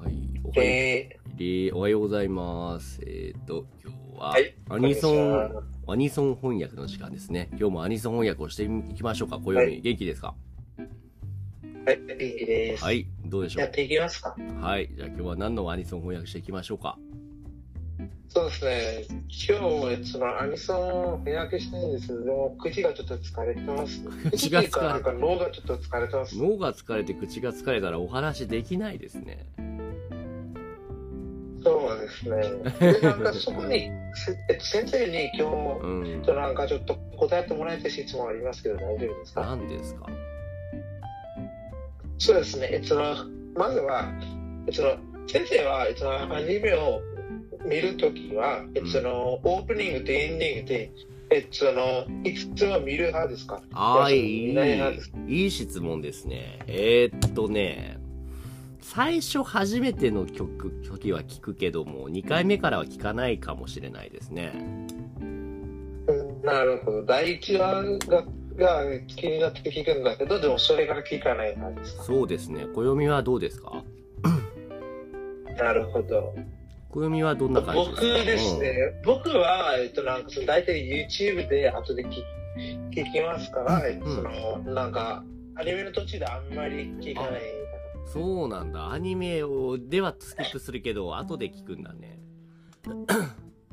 おはよえうりおはようございます。えっ、と、今日は、はいアニソこんにン、アニソン翻訳の時間ですね。今日もアニソン翻訳をしていきましょうか。小読み、はい元気ですかー、はい、元気です。はい、どうでしょやっうていきますか。はい、じゃあ今日は何のアニソン翻訳していきましょうかそうですね。今日もちょっとアニソンを翻訳してるんですけど、でも口がちょっと疲れてます。口が疲れ口かなんか脳がちょっと疲れてます。脳が疲れて口が疲れたらお話できないですね。そうですね。で、なんかそこに、せえっと先生に今日も、うんちょっ。となんかちょっと答えてもらえた質問ありますけど、大丈夫ですか何ですかそうですね。えっと、まずは、えっと、先生は、えっと、アニメを見るときは、えっと、オープニングとエンディングで、えっと、いつも見る派ですかああ、いいいない派です、いい質問ですね。えーっとね、最初初めての曲、時は聞くけども、2回目からは聞かないかもしれないですね。うんなるほど。第一話が、が気になって聞くんだけど、でもそれが聞かない派ですかそうですね。暦はどうですかなるほど。暦はどんな感じです僕かですね、僕は、えっと、なんかその、大体 YouTube で後で聞き聞きますから、その、なんか、アニメの途中であんまり聞かない。うんそうなんだ。アニメをではスキップするけど、後で聞くんだ ね。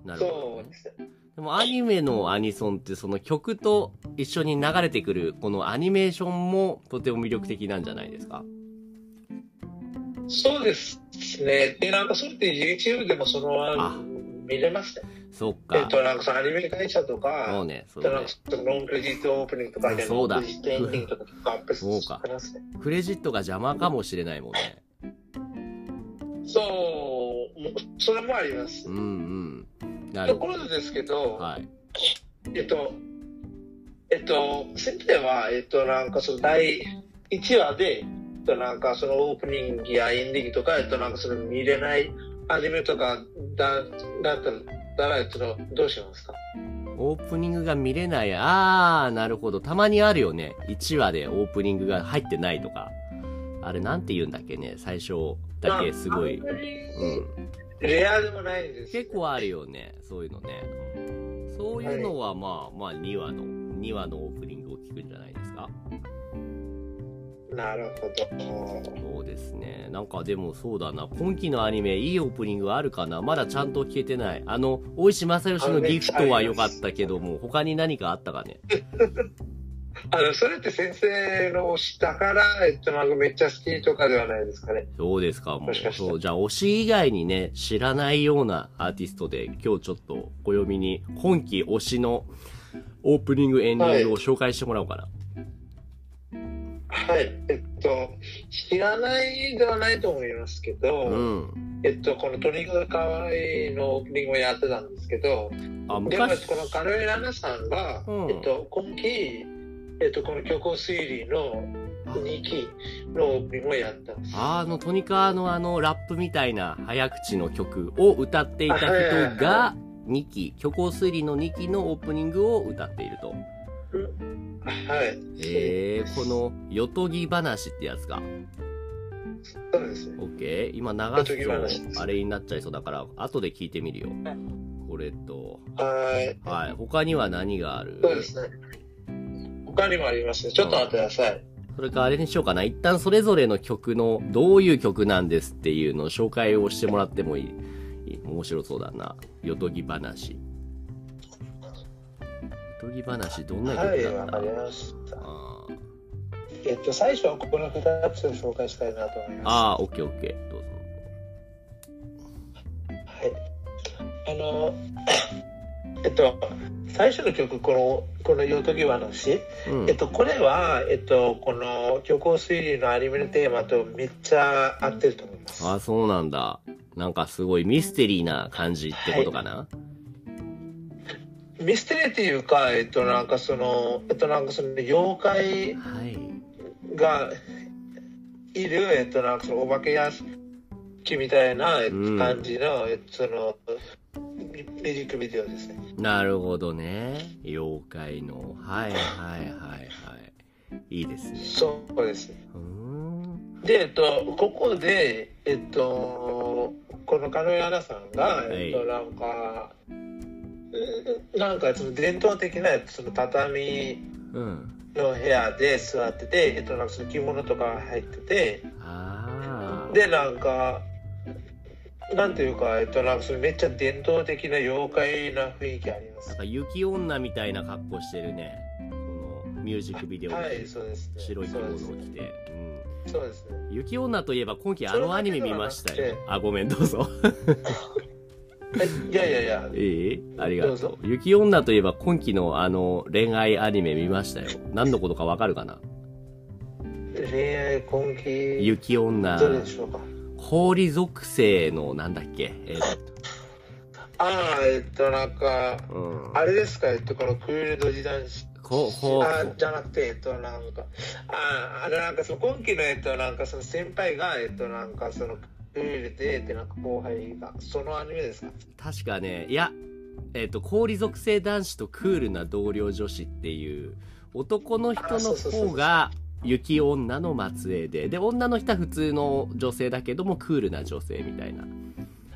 なるほどね、そうですね。でもアニメのアニソンってその曲と一緒に流れてくるこのアニメーションもとても魅力的なんじゃないですかそうですね。で、なんか、それって YouTube でもそのまあま見れますね。そっえっか。と、なんかその、アニメ会社とか、そうね、そうだかねら。そのロングクレジットオープニングとかであそうだロングクレジットエンディングとか結構アップしてますね。クレジットが邪魔かもしれないもんね。そう、もうそれもありますう。んうん。なるとほこど。ろでですけど、はい。えっと、えっと、先生は、えっと、なんかその第1話で、えっと、なんかそのオープニングやエンディングとか、えっと、なんかその見れないアニメとかだ、だったら、だらえっと、どうしますかオープニングが見れない。あー、なるほど。たまにあるよね。1話でオープニングが入ってないとか。あれなんて言うんだっけね。最初だけすごい。まああんまりうん。レアでもないです。結構あるよね。そういうのね。そういうのはまあまあ2話の、2話のオープニングを聞くんじゃないですか。なるほど。そうですね。なんかでもそうだな。今期のアニメ、いいオープニングはあるかなまだちゃんと聞けてない。あの、大石正義のギフトは良かったけども、他に何かあったかね。あの、それって先生の推しだから、えっと、なんかめっちゃ好きとかではないですかね。そうですか、ももしかう。してそう。じゃあ、推し以外にね、知らないようなアーティストで、今日ちょっと、暦に、今期推しのオープニング、エンディングを紹介してもらおうかな。はい。えっと、知らないではないと思いますけど、うん。えっと、この鳥がかわいいのオープニングをやってたんですけど、あ、でも、こ昔、のカルエラナさんが、うんえっと、今期、えっと、この虚構推理の2期のオープニングをやったんです。あの、トニカーのあの、ラップみたいな早口の曲を歌っていた人あはいはいがは、 2期、虚構推理の2期のオープニングを歌っていると。はい。えー、この、よとぎ話ってやつが。そうですね。オッケー今よとぎ流話すと、あれになっちゃいそうだから、後で聞いてみるよ。これと、はい。はい。他には何があるそうですね。他にもありますね。ちょっと待ってください。それかあれにしようかな。一旦それぞれの曲の、どういう曲なんですっていうのを紹介をしてもらってもいいいい面白そうだな。よとぎ話。よとぎ話、どんなは曲い、だわった、かりました。あーえっと、最初はここの2つを紹介したいなと思いまあー、オッケーオッケー。どうぞ。す。はい。あの、えっと、最初の曲、この、この夜時話、うんえっ。と、これは、えっと、この虚構推理のアニメのテーマとめっちゃ合ってると思います。あー、そうなんだ。なんかすごいミステリーな感じってことかな、ミステリーっていうか、えっと、なんかその、えっと、なんかその、妖怪はい。がいる、えっと、なんかそのお化け屋敷みたいな、えっとうん感じの、えっと、その、ミミュージックビデオですね。なるほどね。妖怪の。はいはいはいはい。いいですね。そうですね。うーん。で、えっと、ここで、えっと、この狩野アナさんが、いえっと、なんか、うんなんかその伝統的なその畳うん。の部屋で座ってて、えっと、なんかその着物とか入ってて、ああ。で、なんか、なんていうか、えっと、なんかそのめっちゃ伝統的な妖怪な雰囲気ありまなんす。か雪女みたいな格好してるね。このミュージックビデオで、はい、そうです、ね。白い着そう物をです着て。うん。そうですね。雪女といえば今期あのアニメ見ましたそれだよけで。あ、ごめん、どうぞ。 えいやいやいや、いいありがどうとうぞ。雪女といえば今期のあの恋愛アニメ見ましたよ。何のことかわかるかな恋愛根気雪女。どうでしょうか氷属性のなんだっけえーああえっとなんかうん。あれですかえっとこのクールド時代しこう、こあう、じゃなくてえっとなんかああれなんかその今期のえっとなんかその先輩がえっとなんかそのクールでってなんか後輩がそのアニメですか確かね、いや、えっ、と、氷属性男子とクールな同僚女子っていう、男の人あそのうそうそう方が、雪女の末裔で、で、女の人は普通の女性だけども、クールな女性みたいな。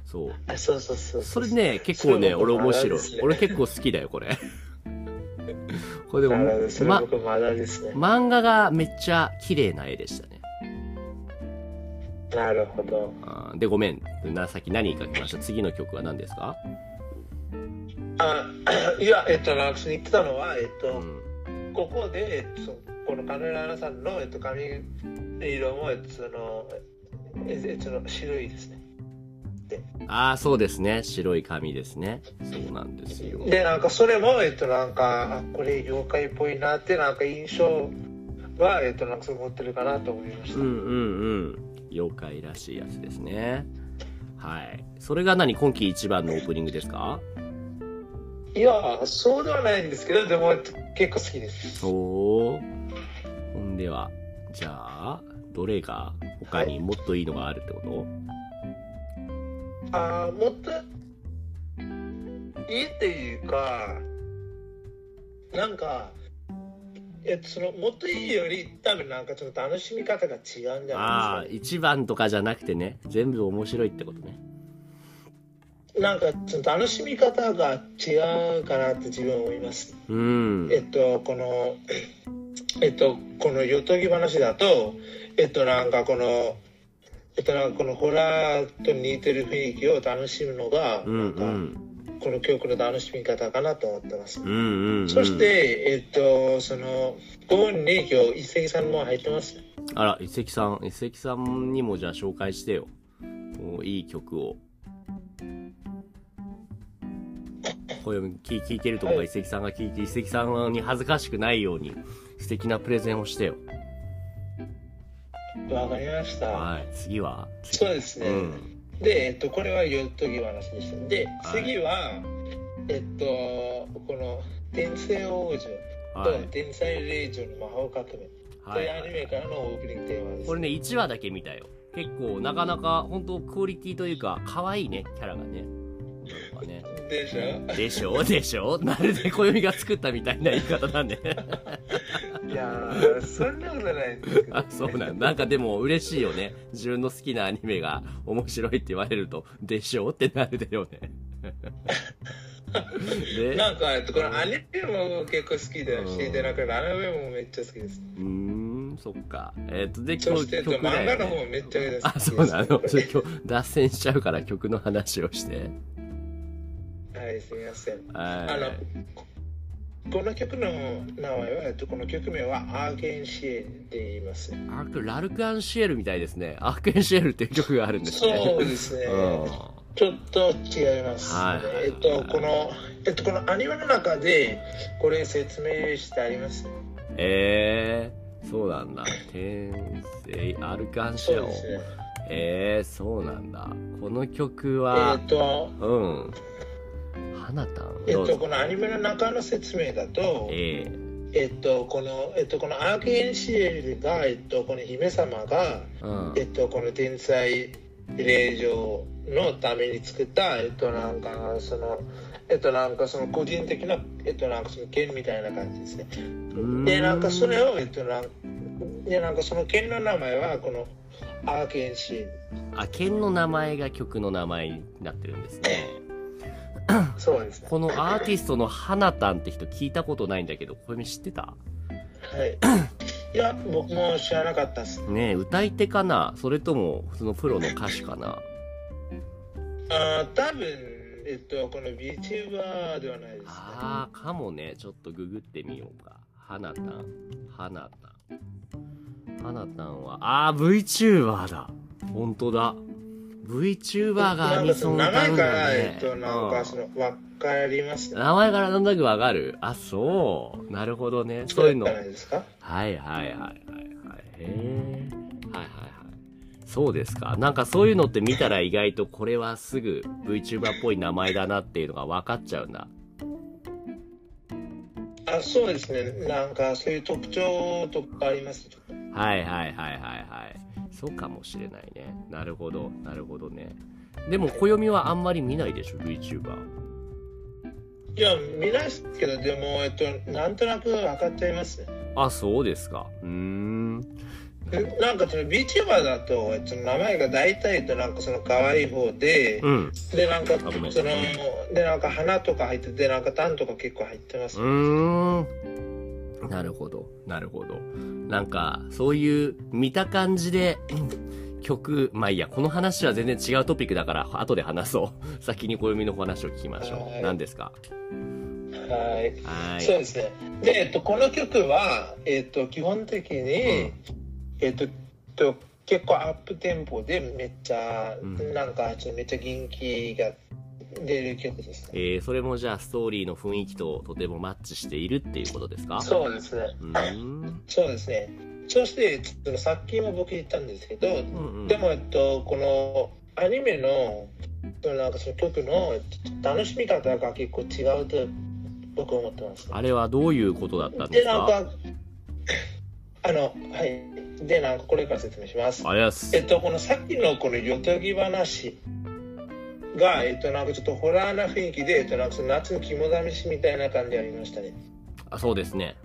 そう。あそうそうそうそうれね、結構ね、それ俺僕面あれ白いですね。俺結構好きだよ、これ。 これであもー、それま、僕まだですね、漫画がめっちゃ綺麗な絵でしたね。なるほどあーで、ごめん。な、さっき何書きました次の曲は何ですかあ いやえっとなんかその言ってたのはえっうと、ん。ここで、えっと、このカメラアナさんの、えっと、髪の色も、えっと、その、ええっと、その白いですね。ああ、そうですね。白い紙ですね。そうなんですよ。で、なんかそれも、えっと、なんか、あこれ妖怪っぽいなって、なんか印象は、えっと、なんかそう思ってるかなと思いましうた。んうんうん。妖怪らしいやつですね。はい。それが何今季一番のオープニングですかいや、そうではないんですけど、でも、えっと結構好きです。おー。ほんでは、じゃあ、どれが他にもっといいのがあるってことあーもっと、いいっていうか、なんか、えっと、そのもっといいより多分なんかちょっと楽しみ方が違うんじゃないですかああ、一番とかじゃなくてね、全部面白いってことね。なんかちょっと楽しみ方が違うかなって自分は思います。うんえ。っとこのえっとこのよとぎ話だとえっとなんかこのえっとなんかこのホラーと似てる雰囲気を楽しむのがうんなんうかん。この曲の楽しみ方かなと思ってます。うんうん、うん。そし、て、えっと、その、ご本に今日、一石さんも入ってます。あら、一石さん、一石さんにもじゃあ紹介してよ。おいい曲を。これ聞聞いてるとこがはい一石さんが聞いて、一石さんに恥ずかしくないように素敵なプレゼンをしてよ。わかりました。はい。次はそうですね。うん。で、えっと、これはヨットギ話でした。で、はい次は、えっと、この、天才王女はとい。天才令嬢の魔法革命とはいうアニい。メからのオープニングテーマです。これね、1話だけ見たよ。結構、なかなか、本当クオリティというか、可愛いね、キャラがね。なんかね。でしょでしょでしょまるで暦が作ったみたいな言い方だね。いやー、 そんなことないんですけどあそうなんなんかでも嬉しいよね自分の好きなアニメが面白いって言われると「でしょ?」ってなるだよ ね でなんか、えっと、このアニメも結構好きだし、うんで、なんか、アニメもめっちゃ好きです。うーんそっかえっ、とでそ今して、日えっと、曲だ漫画よ、の方ね、もめっちゃ好きです。あそうなのそれ今日脱線しちゃうから曲の話をしてはい、すみません。あのは、この曲の名前は、えっと、この曲名はアーケンシエって言 います。いアークラルク・アンシエルみたいですねアーク・アンシエルっていう曲があるんですねそうですね。うんちょっと違います、はいはいはいえっと、この、えっと、このアニメの中で、これ説明してあります。えー、そうなんだ天聖アルカンシそエうルですね。えー、そうなんだこの曲えはっと、うん。花たん。えっどうと、ぞこのアニメの中の説明だと、えええっと、この、えっと、このアーケンシエルが、えっと、この姫様が、うんえ。っと、この天才令嬢のために作った、えっと、なんか、その、えっと、なんか、その個人的な、えっと、なんか、その剣みたいな感じですね。うーんで、なんか、それを、えっと、なんで、なんか、その剣の名前は、この、アーケンシあ、剣の名前が曲の名前になってるんですね。ーン。そうですね。このアーティストの花たんって人聞いたことないんだけど、これ知ってた はい。いや、僕も知らなかったです。ねえ、歌い手かなそれとも、そのプロの歌手かなあー多分、えっと、この VTuber ではないですね。ああ、かもね。ちょっとググってみようか。花たん。花たん。花たんは、ああ、VTuber だ。ほんとだ。VTuber がアニソンなんか歌そうんの名前かだら、えねっ。と、なんうかんその、わかりますね。名前からなんとなくわかるあ、そう。なるほどね。そういうの。じゃはないいですかはいはいはいはい。へえ。はいはいはい。そうですか。なんかそういうのって見たら意外とこれはすぐ VTuber っぽい名前だなっていうのが分かっちゃうんだ。あ、そうですね。なんか、そういう特徴とかあります。はいはいはいはいはい。そうかもしれないね。なるほど、なるほどね。でも、暦はあんまり見ないでしょ、VTuber。いや、見ないですけど、でも、えっと、なんとなく分かっちゃいますね。あ、そうですか。うーん。んなんかその VTuber だと、えっと、名前が大体えっとなんかその可愛い方で、うん。で、なんか、そごめんなのさい、で、なんか花とか入ってて、なんか単とか結構入ってます。うーん。なるほど、なるほど。なんか、そういう見た感じで、曲、まあいいや、この話は全然違うトピックだから、後で話そう。 先に暦の話を聞きましょはう。い何ですかはい。はそーうい。ですね。で、えっと、この曲は、えっと、基本的に、えっと、えっと結構アップテンポでめっちゃ、んなんかちょっとめっちゃ元気が出る曲ですね。えー、それもじゃあ、ストーリーの雰囲気ととてもマッチしているっていうことですかそうですね。うーん。そうですね。そして、ちょっとさっきも僕言ったんですけど、うんうんでも、えっと、このアニメのそのなんかその曲のえっと楽しみ方が結構違うと僕は思ってます。あれはどういうことだったんでですなんかかあのはいでなんかこれから説明しますあれはえすっとこのさっきのこのよとぎ話がえっとなんかちょっとホラーな雰囲気でえっとなんかその夏の肝試しみたいな感じありましたねあそうですね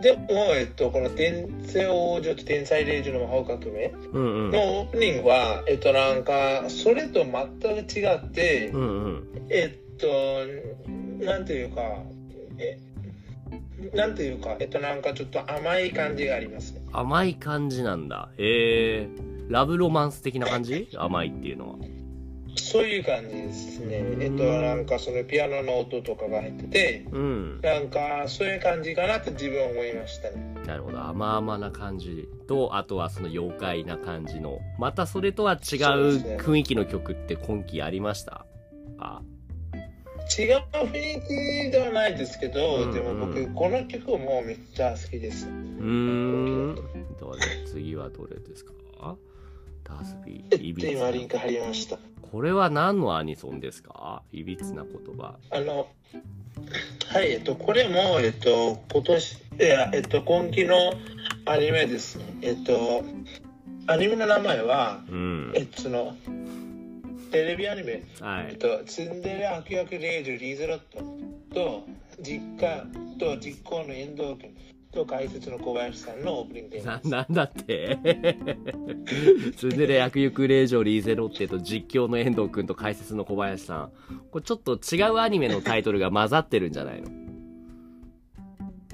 でもえっとこの「天才王女と天才霊女の魔法革命うん」うんのオープニングはえっとなんかそれと全く違ってうんうんえっとなんていうかえなんていうかえっとなんかちょっと甘い感じがありますね甘い感じなんだへえラブロマンス的な感じ甘いっていうのはそういう感じですね。えっと、なんかそのピアノの音とかが入ってて、うんなんかそういう感じかなって自分は思いましたね。なるほど甘々な感じとあとはその妖怪な感じのまたそれとは違うそうですね雰囲気の曲って今季ありましたあ違う雰囲気ではないですけど、うんうんでも僕、この曲もめっちゃ好きです。うーんどれ次はどれですかダースビえーっと、いびつ今なリンク貼りました。これは何のアニソンですかいびつな言葉あの、はい、えっと、これも、えっと、今年、いや、えっと、今期のアニメですね。えっと、アニメの名前は、うんえっと、その、テレビアニメ。はえっいと、ツンデレ悪役レールリーゼロットと実家と実行の遠藤君と解説の小林さんのオープニングでな、なんだって ツンデレ悪役令嬢リーゼロッテと実況の遠藤くんと解説の小林さん。これちょっと違うアニメのタイトルが混ざってるんじゃないの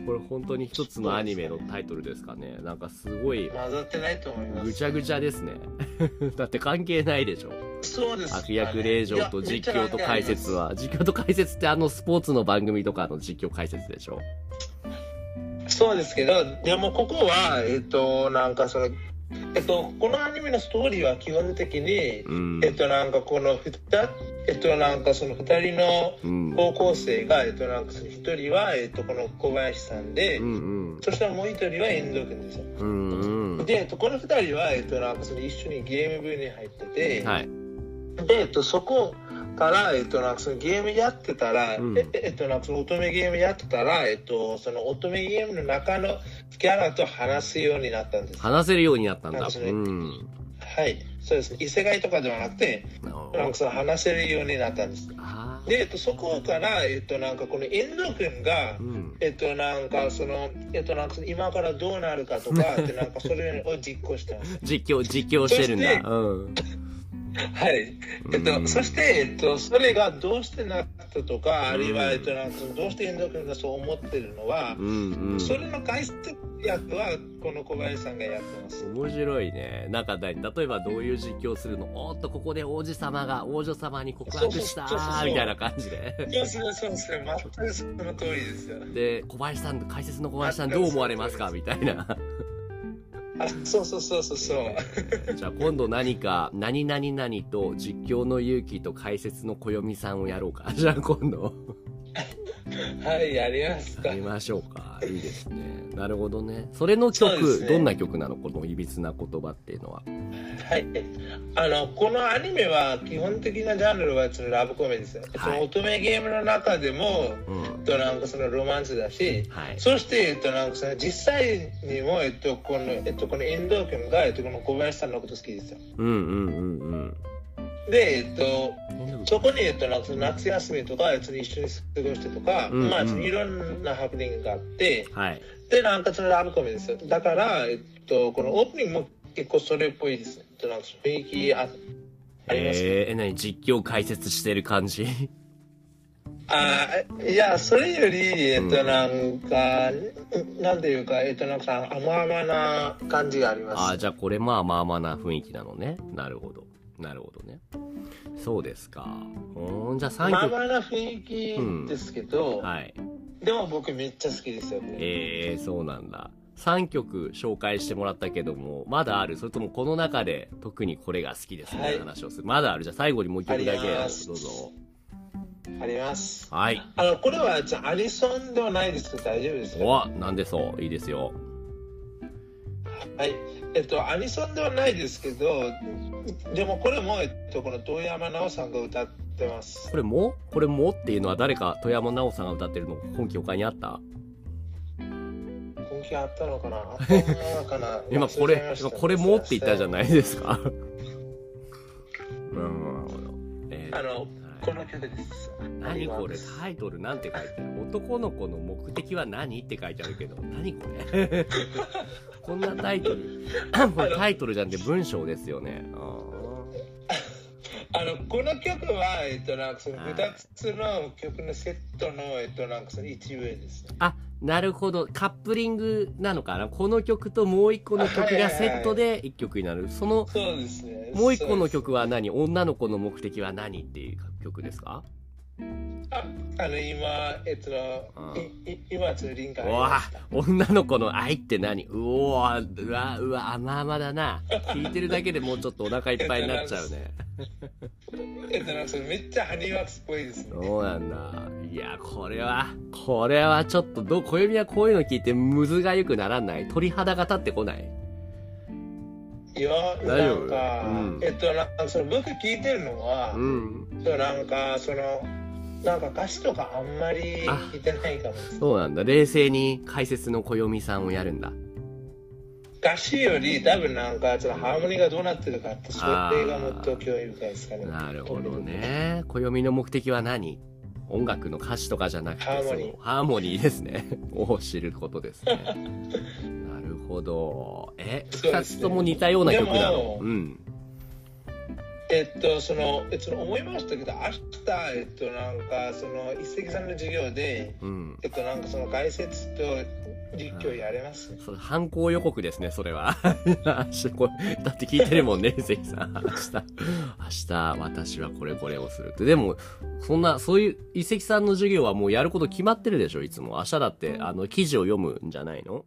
これ本当に一つのアニメのタイトルですかね。なんかすごい混ざってないと思いまぐすちゃぐちゃですね。 だって関係ないでしょ。そうです悪役令嬢と実況と解説は、実況と解説ってあのスポーツの番組とかの実況解説でしょ。そうですけどでもここはえっとなんかそのえっとこのアニメのストーリーは基本的に、うんえ。っとなんかこの二えっとなんかその二人のうん。高校生が、えっとなんかその一人はえっとこの小林さんで、うんそしてもう一人は遠藤君ですようん。うんうん。で、えっと、この2人は、えっと、なんかその一緒にゲーム部に入ってて、はい。で、えっと、そこから、えっと、なんかそのゲームやってたら、うんええっと、なんかその乙女ゲームやってたら、えっと、その乙女ゲームの中のキャラと話すようになったんです。話せるようになったんだ。話せるうん。はい。そうですね。異世界とかではなくて、なるほなんかどその話せるようになったんです。あで、えっと、そこから、えっと、なんかこの遠藤君がう、ん。えっと、なんかその、えっと、なんかその今からどうなるかとか、ってなんかそれを実行してます。実況、実況してるんそだし。てうん。はい。えっうんと、そして、えっと、それがどうしてなったとか、あるいうんは、えっと、なんかそのどうして遠藤君がそう思ってるのはう、んうん。それの解説役は、この小林さんがやってます。面白いね。なんかね、例えばどういう実況するのおーっと、ここで王子様が王女様に告白したそうそうそうそうーみたいな感じで。いや、そうそうそう、全くその通りですよ。で、小林さん、解説の小林さんどう思われますかみたいな。あ、そうそうそうそうそ う。じゃあ今度何か、何々々と実況の勇気と解説の暦さんをやろうか。じゃあ今度。はい、やりますかや。りましょうか。いいですね。なるほどね。それのそうで曲、すねどんな曲なのこのいびつな言葉っていうのは。はい。あの、このアニメは基本的なジャンルはそのラブコメですよ。はいその乙女ゲームの中でも、うん。えっと、なんかそのロマンスだし、はい。そして、えっと、なんかその実際にも、えっと、この、えっと、この遠藤君が、えっと、この小林さんのこと好きですよ。うんうんうんで、えっと、うん。そこに、えっと、なんかその夏休みとか、えっと、一緒に過ごしてとか、うんうんまあ、そのいろんなハプニングがあって、はい。で、なんかそのラブコメですよ。だから、えっと、このオープニングも結構それっぽいですね。えっと、なんか雰囲気あありますねえー、え、何実況解説してる感じあーいやそれよりえっうとなんか、なんていうかえっとなんか甘々な感じがありあまあ、すじゃあこれまあまあまあな雰囲気なのね。なるほど。なるほどね。そうですか。ほーん、じゃあ3甘曲。々な雰囲気ですけど、はい。でも僕めっちゃ好きですよねえー、そうなんだ。3曲紹介してもらったけども、まだあるそれともこの中で特にこれが好きですみたいな話をする。まだあるじゃあ最後にもう1曲だけありますどうぞ。ありますはい。あのこれはじゃあアニソンではないですけど大丈夫ですかおなんでそういいですよ。はいえっとアニソンではないですけどでもこれもえっとこの遠山奈緒さんが歌ってますこれもこれもっていうのは誰か富山奈緒さんが歌ってるの本気他にあった根気あったのかなあったのかな 今こ忘まれ、した今これもって言ったじゃないですか。 うん、なるほど。えーあのはいこの曲です。何これタイトルなんて書いてある男の子の目的は何って書いてあるけど何これ こんなタ イトルこれタイトルじゃんって文章ですよねああの、この曲は、えっと、なんか、その、部活の曲のセットの、えっと、なんか、その一部ですね。ーあなるほどカップリングなのかなこの曲ともう一個の曲がセットで一曲になるそのそうですね。もう一個のそう曲は何女の子の目的は何っていう曲ですかです。あ、あの、今、えっあと、いい今、ちょっとリンクあうりまわした。女の子の愛って何うおーうわうわ甘々だな聞いてるだけでもうちょっとお腹いっぱいになっちゃうねえっと、なんか、そのめっちゃハニーワックスっぽいですね。そうなんだ。いや、これは、これはちょっと、どう、暦はこういうの聞いて、むずがゆくならない鳥肌が立ってこないいや、大な丈夫んか、うんえっと、なんか、その、僕聞いてるのはう、ん。そうなんか、その、なんか歌詞とかあんまり聞いてないかもです。そうなんだ。冷静に解説の暦さんをやるんだ。歌詞より多分なんかそのハーモニーがどうなってるかってそれがもっと興味深いですかねなるほどね。暦の目的は何音楽の歌詞とかじゃなくて、ハーモニーそのハーモニーですね。 を知ることですね。なるほど。え、そう二ですねつとも似たような曲なでのもうん。えっとそのえっとその思いましたけど明日えっとなんかその一石さんの授業でうん。えっとなんかその解説と実況やれますねそれ犯行予告ですね、それは。 明日これだって聞いてるもんね、関さん。明日、明日、私はこれこれをするって。でも、そんな、そういう、遺跡さんの授業はもうやること決まってるでしょ、いつも。明日だって、あの、記事を読むんじゃないの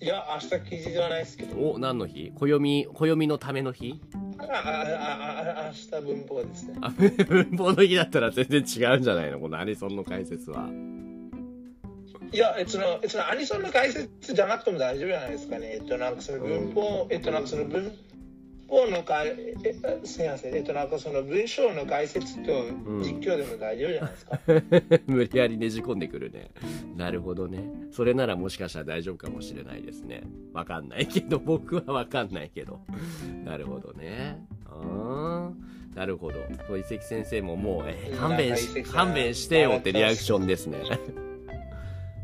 いや明日記事じゃないですけどお、何の日暦、暦のための日あああああ明日文法ですねあ、 文法の日だったら全然違うんじゃないのこのアニソンの解説は。いやえっとそのえっとそのアニソンの解説じゃなくても大丈夫じゃないですかねえっとなんかその文法えっとなんかその文法の解ええすみませんえっとなんかその文章の解説と実況でも大丈夫じゃないですか、 無理やりねじ込んでくるね。なるほどね。それならもしかしたら大丈夫かもしれないですね。わか んないけど、僕はわかんないけど。なるほどね。あーなるほど。そう、遺跡先生ももう、えーうん勘弁しなんか遺、跡さん勘弁してよってリアクション ですね。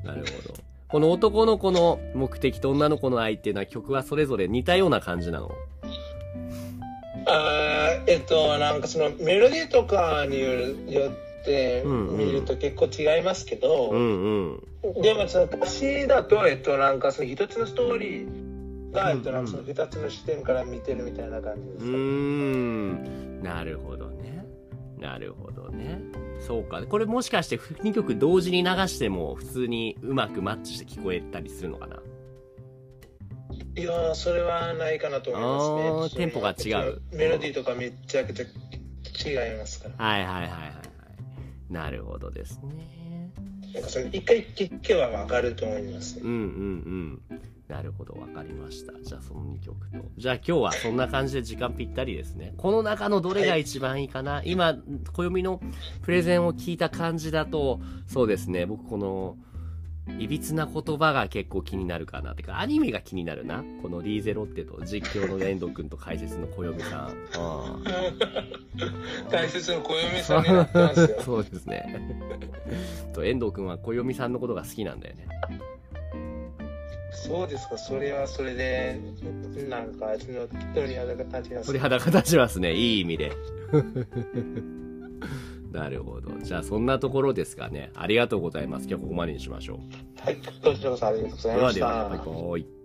なるほど。この男の子の目的と女の子の愛っていうのは曲はそれぞれ似たような感じなの。あーえっとなんかそのメロディーとかによるよってうんうん見ると結構違いますけど、うんうん。でもその歌詞だとえっとなんかその一つのストーリーうがんえうっんとなんかその二つの視点から見てるみたいな感じでうすーか、ねん。なるほどね。なるほどね。そうか。これもしかして2曲同時に流しても普通にうまくマッチして聞こえたりするのかな。いやーそれはないかなと思いますねあーテンポが違うメロディーとかめちゃくちゃ違いますからはいはいはいはいはい。なるほどですね。なんかその一回聞けばわかると思いますねうんうんうんなるほどわかりましたじゃあその2曲とじゃあ今日はそんな感じで時間ぴったりですねこの中のどれが一番いいかな、今暦のプレゼンを聞いた感じだとそうですね僕このいびつな言葉が結構気になるかなってかアニメが気になるなこのリーゼロッテと実況の遠藤君と解説の暦さんあー 大切な暦さんになってますよそうですね と遠藤君は暦さんのことが好きなんだよねそうですかそれはそれでなんかその鳥肌が立ちます鳥肌が立ちますね。いい意味で。 なるほど。じゃあそんなところですかね。ありがとうございます。今日はここまでにしましょはいこちらこそありがとうごう。ざいでまはしでは、バイたバイ。